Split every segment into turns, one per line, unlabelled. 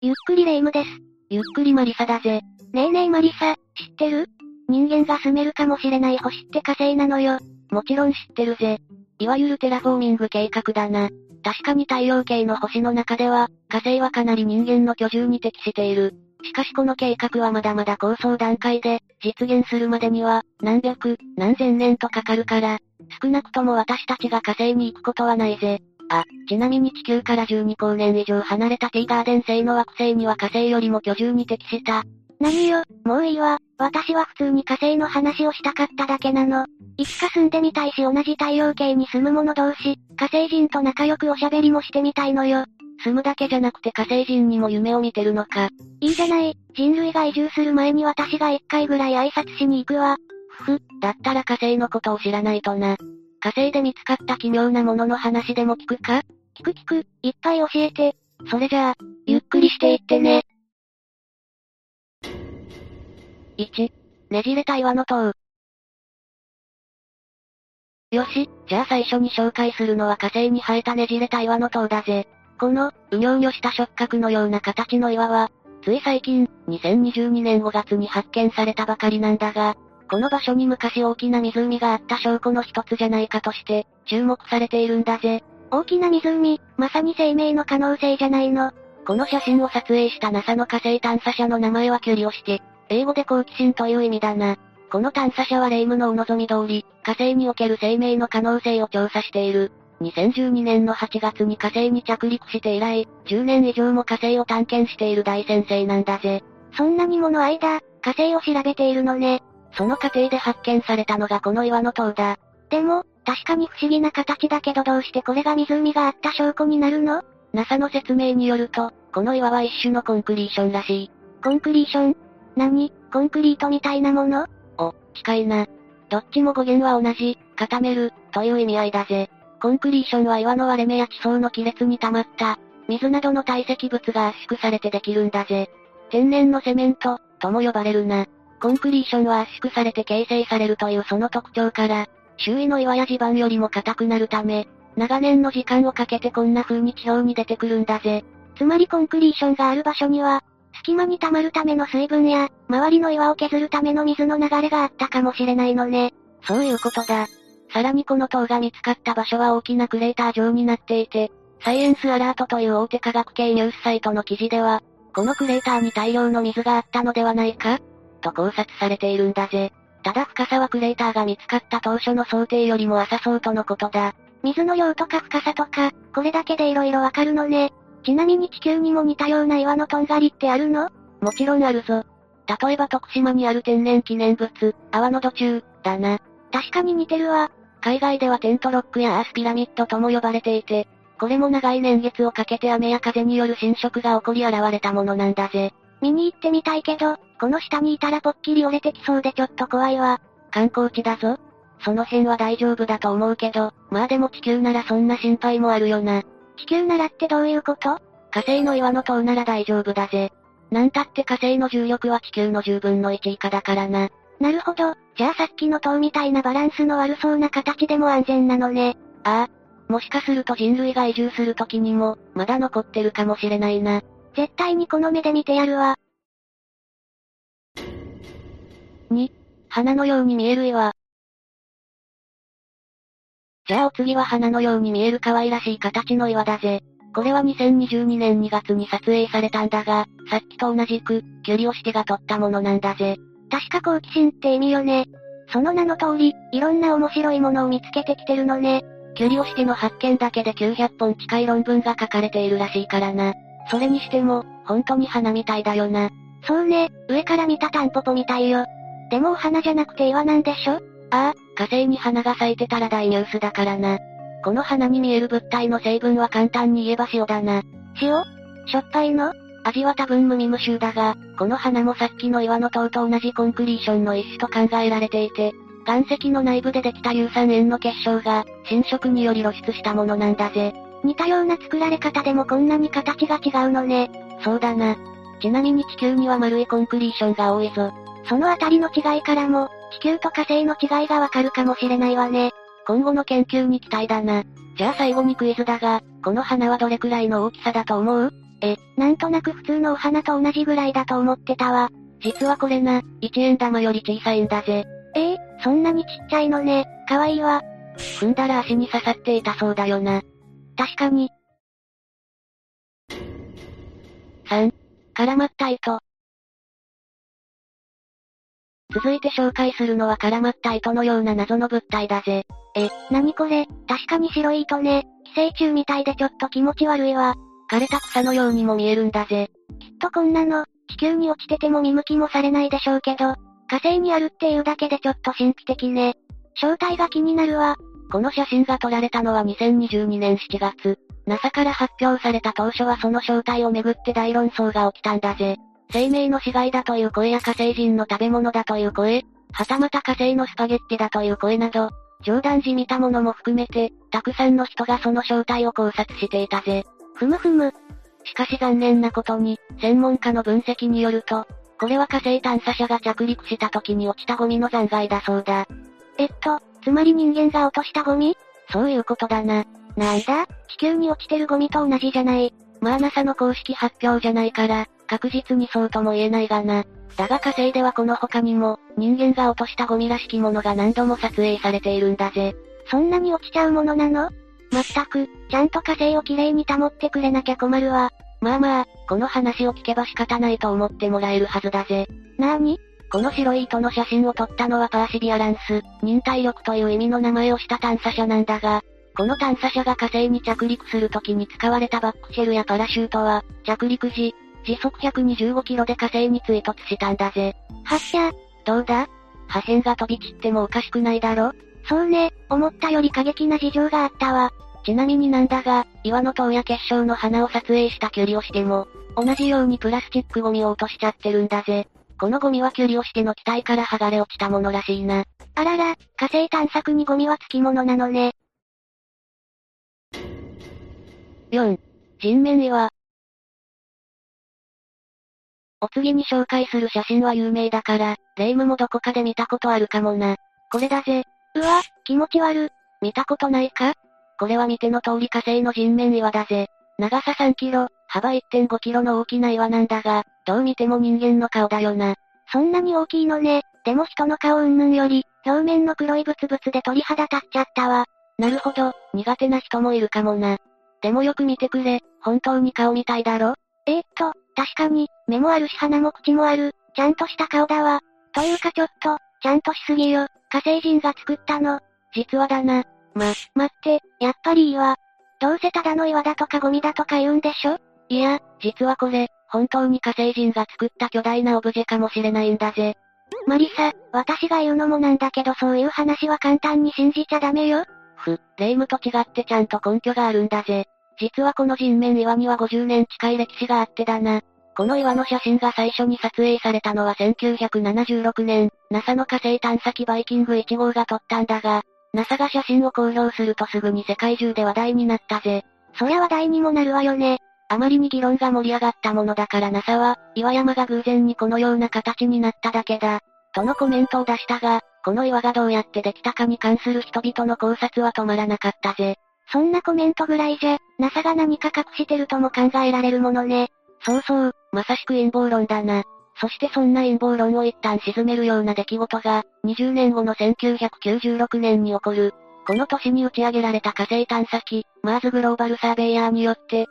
ゆっくりレ夢ムです。
ゆっくりマリサだぜ。
ねえねえマリサ、知ってる人間が住めるかもしれない星って火星なのよ。
もちろん知ってるぜ。いわゆるテラフォーミング計画だな。確かに太陽系の星の中では、火星はかなり人間の居住に適している。しかしこの計画はまだまだ構想段階で、実現するまでには、何百、何千年とかかるから、少なくとも私たちが火星に行くことはないぜ。あ、ちなみに地球から12光年以上離れたティーガーデン星の惑星には火星よりも居住に適した。
何よ、もういいわ。私は普通に火星の話をしたかっただけなの。いつか住んでみたいし同じ太陽系に住む者同士、火星人と仲良くおしゃべりもしてみたいのよ。
住むだけじゃなくて火星人にも夢を見てるのか。
いいじゃない、人類が移住する前に私が一回ぐらい挨拶しに行くわ。
ふふ、だったら火星のことを知らないとな。火星で見つかった奇妙なものの話でも聞くか
聞く聞く、いっぱい教えて。
それじゃあ、ゆっくりしていってね。1、ねじれた岩の塔。よし、じゃあ最初に紹介するのは火星に生えたねじれた岩の塔だぜ。この、うにょうにょした触覚のような形の岩は、つい最近、2022年5月に発見されたばかりなんだが、この場所に昔大きな湖があった証拠の一つじゃないかとして、注目されているんだぜ。
大きな湖、まさに生命の可能性じゃないの。
この写真を撮影した NASA の火星探査車の名前はキュリオシティ。英語で好奇心という意味だな。この探査車はレイムのお望み通り、火星における生命の可能性を調査している。2012年の8月に火星に着陸して以来、10年以上も火星を探検している大先生なんだぜ。
そんなにもの間、火星を調べているのね。
その過程で発見されたのがこの岩の塔だ。
でも、確かに不思議な形だけどどうしてこれが湖があった証拠になるの
?NASA の説明によると、この岩は一種のコンクリーションらしい。
コンクリーション何コンクリートみたいなもの
お、近いな。どっちも語源は同じ、固める、という意味合いだぜ。コンクリーションは岩の割れ目や地層の亀裂に溜まった、水などの堆積物が圧縮されてできるんだぜ。天然のセメント、とも呼ばれるな。コンクリーションは圧縮されて形成されるというその特徴から、周囲の岩や地盤よりも硬くなるため、長年の時間をかけてこんな風に地表に出てくるんだぜ。
つまりコンクリーションがある場所には、隙間に溜まるための水分や、周りの岩を削るための水の流れがあったかもしれないのね。
そういうことだ。さらにこの塔が見つかった場所は大きなクレーター状になっていて、サイエンスアラートという大手科学系ニュースサイトの記事では、このクレーターに大量の水があったのではないかと考察されているんだぜ。ただ深さはクレーターが見つかった当初の想定よりも浅そうとのことだ。
水の量とか深さとか、これだけで色々わかるのね。ちなみに地球にも似たような岩のとんがりってあるの
もちろんあるぞ。例えば徳島にある天然記念物、阿波の土中、だな。
確かに似てるわ。
海外ではテントロックやアースピラミッドとも呼ばれていて、これも長い年月をかけて雨や風による侵食が起こり現れたものなんだぜ。
見に行ってみたいけど、この下にいたらぽっきり折れてきそうでちょっと怖いわ。
観光地だぞ。その辺は大丈夫だと思うけど、まあでも地球ならそんな心配もあるよな。
地球ならってどういうこと
火星の岩の塔なら大丈夫だぜ。なんたって火星の重力は地球の10分の1以下だからな。
なるほど、じゃあさっきの塔みたいなバランスの悪そうな形でも安全なのね。
ああ。もしかすると人類が移住する時にも、まだ残ってるかもしれないな。
絶対にこの目で見てやるわ。
2、花のように見える岩。じゃあお次は花のように見える可愛らしい形の岩だぜ。これは2022年2月に撮影されたんだが、さっきと同じく、キュリオシティが撮ったものなんだぜ。
確か好奇心って意味よね。その名の通り、いろんな面白いものを見つけてきてるのね。
キュリオシティの発見だけで900本近い論文が書かれているらしいからな。それにしても、本当に花みたいだよな。
そうね、上から見たタンポポみたいよ。でもお花じゃなくて岩なんでしょ
ああ、火星に花が咲いてたら大ニュースだからな。この花に見える物体の成分は簡単に言えば塩だな。
塩しょっぱいの
味は多分無味無臭だが、この花もさっきの岩の塔と同じコンクリーションの一種と考えられていて、岩石の内部でできた硫酸塩の結晶が、侵食により露出したものなんだぜ。
似たような作られ方でもこんなに形が違うのね。
そうだな。ちなみに地球には丸いコンクリーションが多いぞ。
そのあたりの違いからも、地球と火星の違いがわかるかもしれないわね。
今後の研究に期待だな。じゃあ最後にクイズだが、この花はどれくらいの大きさだと思うえ、
なんとなく普通のお花と同じぐらいだと思ってたわ。
実はこれな、1円玉より小さいんだぜ。
ええそんなにちっちゃいのね。かわいいわ。
踏んだら足に刺さっていたそうだよな。
確かに。
3、絡まった糸。続いて紹介するのは絡まった糸のような謎の物体だぜ。
え、なにこれ、確かに白い糸ね。寄生虫みたいでちょっと気持ち悪いわ。
枯れた草のようにも見えるんだぜ。
きっとこんなの、地球に落ちてても見向きもされないでしょうけど、火星にあるっていうだけでちょっと神秘的ね。正体が気になるわ。
この写真が撮られたのは2022年7月。NASA から発表された当初はその正体をめぐって大論争が起きたんだぜ。生命の死骸だという声や火星人の食べ物だという声、はたまた火星のスパゲッティだという声など、冗談じみたものも含めて、たくさんの人がその正体を考察していたぜ。
ふむふむ。
しかし残念なことに、専門家の分析によると、これは火星探査車が着陸した時に落ちたゴミの残骸だそうだ。
えっと、つまり人間が落としたゴミ
そういうことだな。
なんだ地球に落ちてるゴミと同じじゃない。
まあ NASA の公式発表じゃないから、確実にそうとも言えないがな。だが火星ではこの他にも、人間が落としたゴミらしきものが何度も撮影されているんだぜ。
そんなに落ちちゃうものなのまったく、ちゃんと火星をきれいに保ってくれなきゃ困るわ。
まあまあ、この話を聞けば仕方ないと思ってもらえるはずだぜ。
なーに
この白い糸の写真を撮ったのはパーシビアランス、忍耐力という意味の名前をした探査車なんだが、この探査車が火星に着陸するときに使われたバックシェルやパラシュートは、着陸時、時速125キロで火星に追突したんだぜ。
発射。
どうだ破片が飛び散ってもおかしくないだろ
そうね、思ったより過激な事情があったわ。
ちなみになんだが、岩の塔や結晶の花を撮影したキュリオシテも、同じようにプラスチックゴミを落としちゃってるんだぜ。このゴミはキュリオシテの機体から剥がれ落ちたものらしいな。
あらら、火星探索にゴミは付き物なのね。
4. 人面岩。お次に紹介する写真は有名だから、霊夢もどこかで見たことあるかもな。これだぜ。
うわ、気持ち悪。
見たことないかこれは見ての通り火星の人面岩だぜ。長さ3キロ、幅1.5キロの大きな岩なんだが、どう見ても人間の顔だよな。
そんなに大きいのね。でも人の顔云々より、表面の黒いブツブツで鳥肌立っちゃったわ。
なるほど、苦手な人もいるかもな。でもよく見てくれ、本当に顔みたいだろ
えー、っと、確かに、目もあるし鼻も口もある、ちゃんとした顔だわ。というかちょっと、ちゃんとしすぎよ、火星人が作ったの。
実はだな。
ま、待って、やっぱりいいわ。どうせただの岩だとかゴミだとか言うんでしょ
いや、実はこれ、本当に火星人が作った巨大なオブジェかもしれないんだぜ。
マリサ、私が言うのもなんだけどそういう話は簡単に信じちゃダメよ。
ふ、霊夢と違ってちゃんと根拠があるんだぜ。実はこの人面岩には50年近い歴史があってだな。この岩の写真が最初に撮影されたのは1976年、NASA の火星探査機バイキング1号が撮ったんだが、NASA が写真を公表するとすぐに世界中で話題になったぜ。
そりゃ話題にもなるわよね。
あまりに議論が盛り上がったものだから NASA は、岩山が偶然にこのような形になっただけだ。とのコメントを出したが、この岩がどうやってできたかに関する人々の考察は止まらなかったぜ。
そんなコメントぐらいじゃ、NASA が何か隠してるとも考えられるものね。
そうそう、まさしく陰謀論だな。そしてそんな陰謀論を一旦沈めるような出来事が、20年後の1996年に起こる。この年に打ち上げられた火星探査機、マーズグローバルサーベイヤーによって、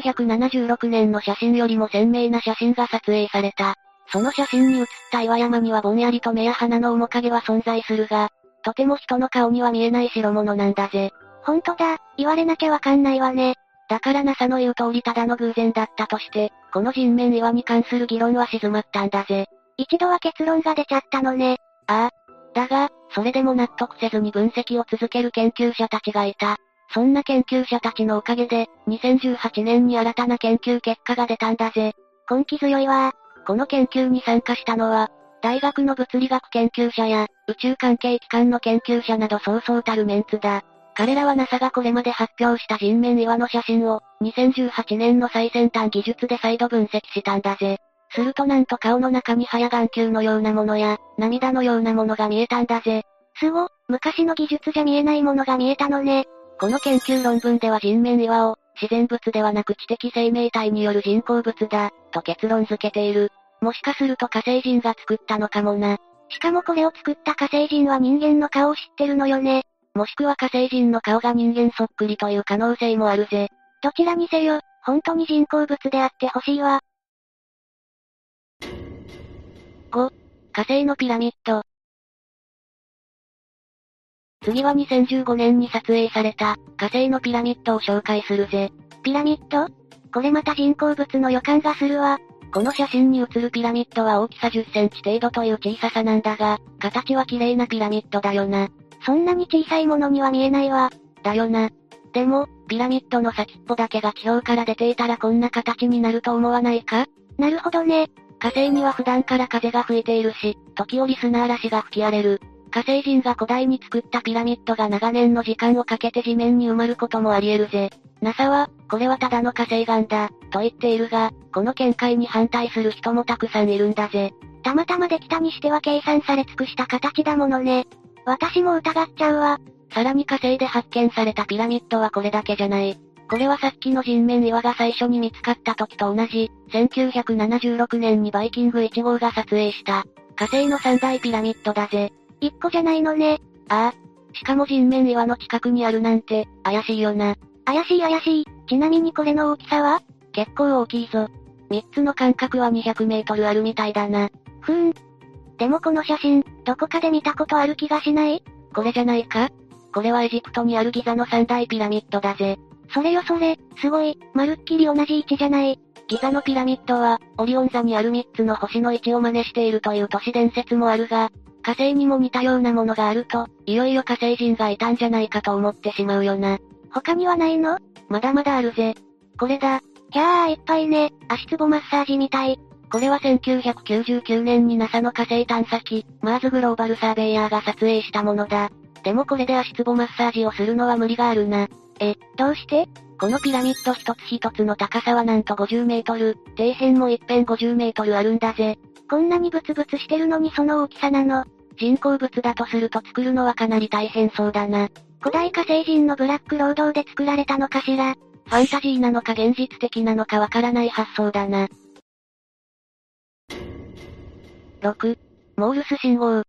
1976年の写真よりも鮮明な写真が撮影された。その写真に写った岩山にはぼんやりと目や鼻の面影は存在するが、とても人の顔には見えない代物なんだぜ。
ほんとだ、言われなきゃわかんないわね。
だから NASA の言う通りただの偶然だったとして、この人面岩に関する議論は静まったんだぜ。
一度は結論が出ちゃったのね。
ああ。だが、それでも納得せずに分析を続ける研究者たちがいた。そんな研究者たちのおかげで、2018年に新たな研究結果が出たんだぜ。
根気強いわ
この研究に参加したのは、大学の物理学研究者や、宇宙関係機関の研究者などそうそうたるメンツだ。彼らは NASA がこれまで発表した人面岩の写真を、2018年の最先端技術で再度分析したんだぜ。するとなんと顔の中に早眼球のようなものや、涙のようなものが見えたんだぜ。
すご、昔の技術じゃ見えないものが見えたのね。
この研究論文では人面岩を、自然物ではなく知的生命体による人工物だ、と結論付けている。もしかすると火星人が作ったのかもな。
しかもこれを作った火星人は人間の顔を知ってるのよね。
もしくは火星人の顔が人間そっくりという可能性もあるぜ。
どちらにせよ、本当に人工物であってほしいわ。
5、火星のピラミッド。次は2015年に撮影された、火星のピラミッドを紹介するぜ。
ピラミッドこれまた人工物の予感がするわ。
この写真に写るピラミッドは大きさ10センチ程度という小ささなんだが、形は綺麗なピラミッドだよな。
そんなに小さいものには見えないわ。
だよな。でも、ピラミッドの先っぽだけが地表から出ていたらこんな形になると思わないか
なるほどね。
火星には普段から風が吹いているし、時折砂嵐が吹き荒れる。火星人が古代に作ったピラミッドが長年の時間をかけて地面に埋まることもあり得るぜ。NASA は、これはただの火星岩だ、と言っているが、この見解に反対する人もたくさんいるんだぜ。
たまたまできたにしては計算され尽くした形だものね。私も疑っちゃうわ。
さらに火星で発見されたピラミッドはこれだけじゃない。これはさっきの人面岩が最初に見つかった時と同じ、1976年にバイキング1号が撮影した、火星の三大ピラミッドだぜ。
一個じゃないのね。
ああ。しかも人面岩の近くにあるなんて、怪しいよな。
怪しい怪しい。ちなみにこれの大きさは
結構大きいぞ。3つの間隔は200メートルあるみたいだな。
ふーん。でもこの写真、どこかで見たことある気がしない
これじゃないかこれはエジプトにあるギザの三大ピラミッドだぜ。
それよそれ、すごい、まるっきり同じ位置じゃない。
ギザのピラミッドは、オリオン座にある3つの星の位置を真似しているという都市伝説もあるが、火星にも似たようなものがあると、いよいよ火星人がいたんじゃないかと思ってしまうよな。
他にはないの
まだまだあるぜ。これだ。
キャーいっぱいね、足つぼマッサージみたい。
これは1999年に NASA の火星探査機、マーズグローバルサーベイヤーが撮影したものだ。でもこれで足つぼマッサージをするのは無理があるな。
え、どうして
このピラミッド一つ一つの高さはなんと50メートル、底辺も一辺50メートルあるんだぜ。
こんなにブツブツしてるのにその大きさなの。
人工物だとすると作るのはかなり大変そうだな。
古代火星人のブラック労働で作られたのかしら。
ファンタジーなのか現実的なのかわからない発想だな。6. モールス信号。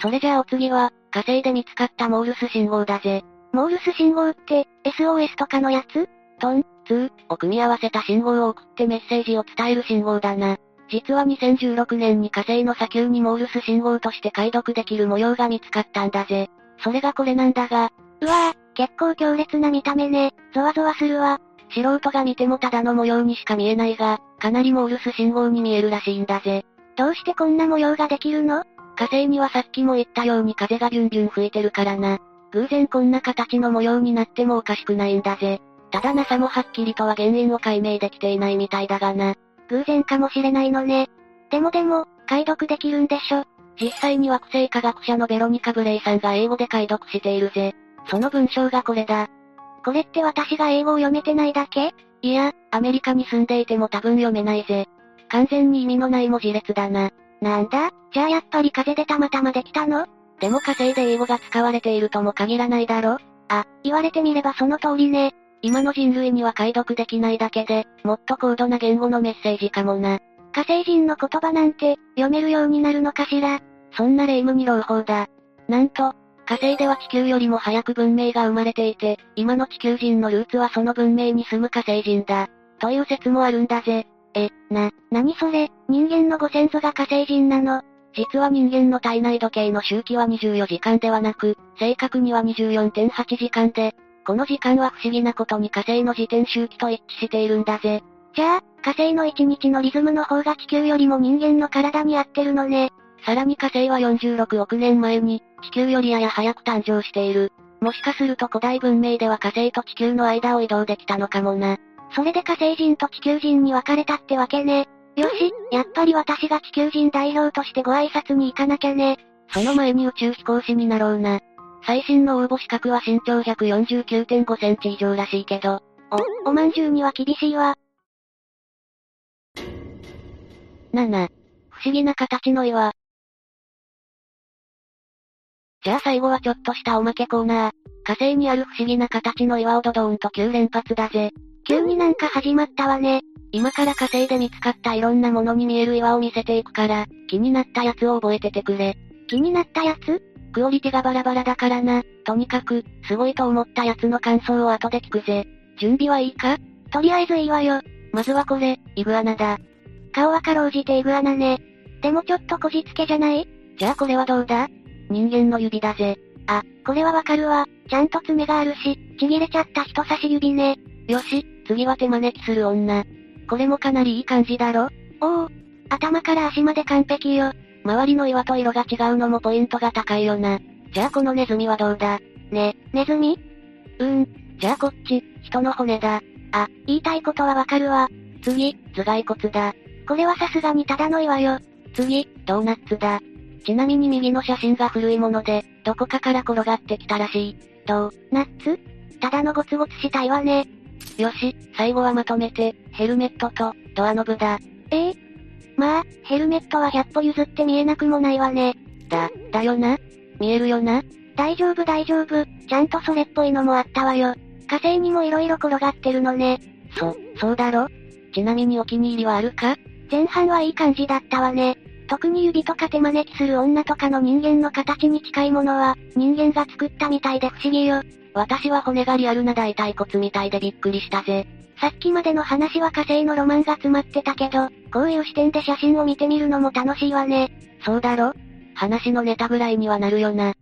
それじゃあお次は、火星で見つかったモールス信号だぜ。
モールス信号って、SOS とかのやつ
トン、ツーを組み合わせた信号を送ってメッセージを伝える信号だな。実は2016年に火星の砂丘にモールス信号として解読できる模様が見つかったんだぜ。それがこれなんだが、
うわぁ、結構強烈な見た目ね、ゾワゾワするわ。
素人が見てもただの模様にしか見えないが、かなりモールス信号に見えるらしいんだぜ。
どうしてこんな模様ができるの
火星にはさっきも言ったように風がビュンビュン吹いてるからな。偶然こんな形の模様になってもおかしくないんだぜ。ただ NASA もはっきりとは原因を解明できていないみたいだがな。
偶然かもしれないのね。でもでも、解読できるんでしょ。
実際に惑星科学者のベロニカ・ブレイさんが英語で解読しているぜ。その文章がこれだ。
これって私が英語を読めてないだけ
いや、アメリカに住んでいても多分読めないぜ。完全に意味のない文字列だな。
なんだじゃあやっぱり風でたまたまできたの
でも火星で英語が使われているとも限らないだろ
あ、言われてみればその通りね。
今の人類には解読できないだけで、もっと高度な言語のメッセージかもな。
火星人の言葉なんて、読めるようになるのかしら。
そんな霊夢に朗報だ。なんと、火星では地球よりも早く文明が生まれていて、今の地球人のルーツはその文明に住む火星人だ。という説もあるんだぜ。
え、な、なにそれ、人間のご先祖が火星人なの
実は人間の体内時計の周期は24時間ではなく、正確には24.8時間で、この時間は不思議なことに火星の自転周期と一致しているんだぜ。
じゃあ、火星の1日のリズムの方が地球よりも人間の体に合ってるのね。
さらに火星は46億年前に、地球よりやや早く誕生している。もしかすると古代文明では火星と地球の間を移動できたのかもな。
それで火星人と地球人に分かれたってわけね。よし、やっぱり私が地球人代表としてご挨拶に行かなきゃね。
その前に宇宙飛行士になろうな。最新の応募資格は身長149.5センチ以上らしいけど。
お、おまんじゅうには厳しいわ。
7. 不思議な形の岩。じゃあ最後はちょっとしたおまけコーナー。火星にある不思議な形の岩をドドーンと9連発だぜ。
急になんか始まったわね。
今から火星で見つかったいろんなものに見える岩を見せていくから、気になったやつを覚えててくれ。
気になったやつ
クオリティがバラバラだからな。とにかく、すごいと思ったやつの感想を後で聞くぜ。準備はいいか
とりあえずいいわよ。
まずはこれ、イグアナだ。
顔はかろうじてイグアナね。でもちょっとこじつけじゃない
じゃあこれはどうだ人間の指だぜ。
あ、これはわかるわ。ちゃんと爪があるし、ちぎれちゃった人差し指ね。
よし、次は手招きする女。これもかなりいい感じだろ
おお。頭から足まで完璧よ。
周りの岩と色が違うのもポイントが高いよな。じゃあこのネズミはどうだ
ね、ネズミ
うーん。じゃあこっち、人の骨だ。
あ、言いたいことはわかるわ。
次、頭蓋骨だ。
これはさすがにただの岩よ。
次、ドーナツだ。ちなみに右の写真が古いもので、どこかから転がってきたらしい。
ドーナツただのゴツゴツした岩ね。
よし、最後はまとめて、ヘルメットと、ドアノブだ。
ええー、まあ、ヘルメットは100歩譲って見えなくもないわね。
だ、だよな。見えるよな。
大丈夫大丈夫、ちゃんとそれっぽいのもあったわよ。火星にも色々転がってるのね。
そ、そうだろちなみにお気に入りはあるか
前半はいい感じだったわね。特に指とか手招きする女とかの人間の形に近いものは、人間が作ったみたいで不思議よ。
私は骨がリアルな大腿骨みたいでびっくりしたぜ。
さっきまでの話は火星のロマンが詰まってたけど、こういう視点で写真を見てみるのも楽しいわね。
そうだろ話のネタぐらいにはなるよな。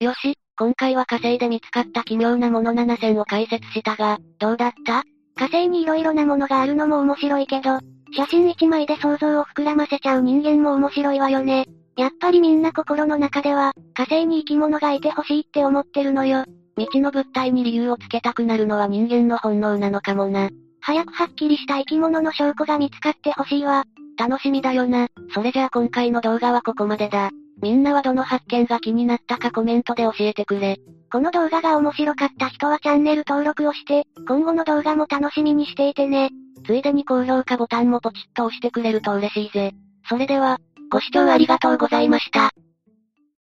よし、今回は火星で見つかった奇妙なもの7選を解説したが、どうだった
火星に色々なものがあるのも面白いけど、写真1枚で想像を膨らませちゃう人間も面白いわよね。やっぱりみんな心の中では、火星に生き物がいてほしいって思ってるのよ。
未知の物体に理由をつけたくなるのは人間の本能なのかもな。
早くはっきりした生き物の証拠が見つかってほしいわ。
楽しみだよな。それじゃあ今回の動画はここまでだ。みんなはどの発見が気になったかコメントで教えてくれ。
この動画が面白かった人はチャンネル登録をして、今後の動画も楽しみにしていてね。
ついでに高評価ボタンもポチッと押してくれると嬉しいぜ。それでは、ご視聴ありがとうございました。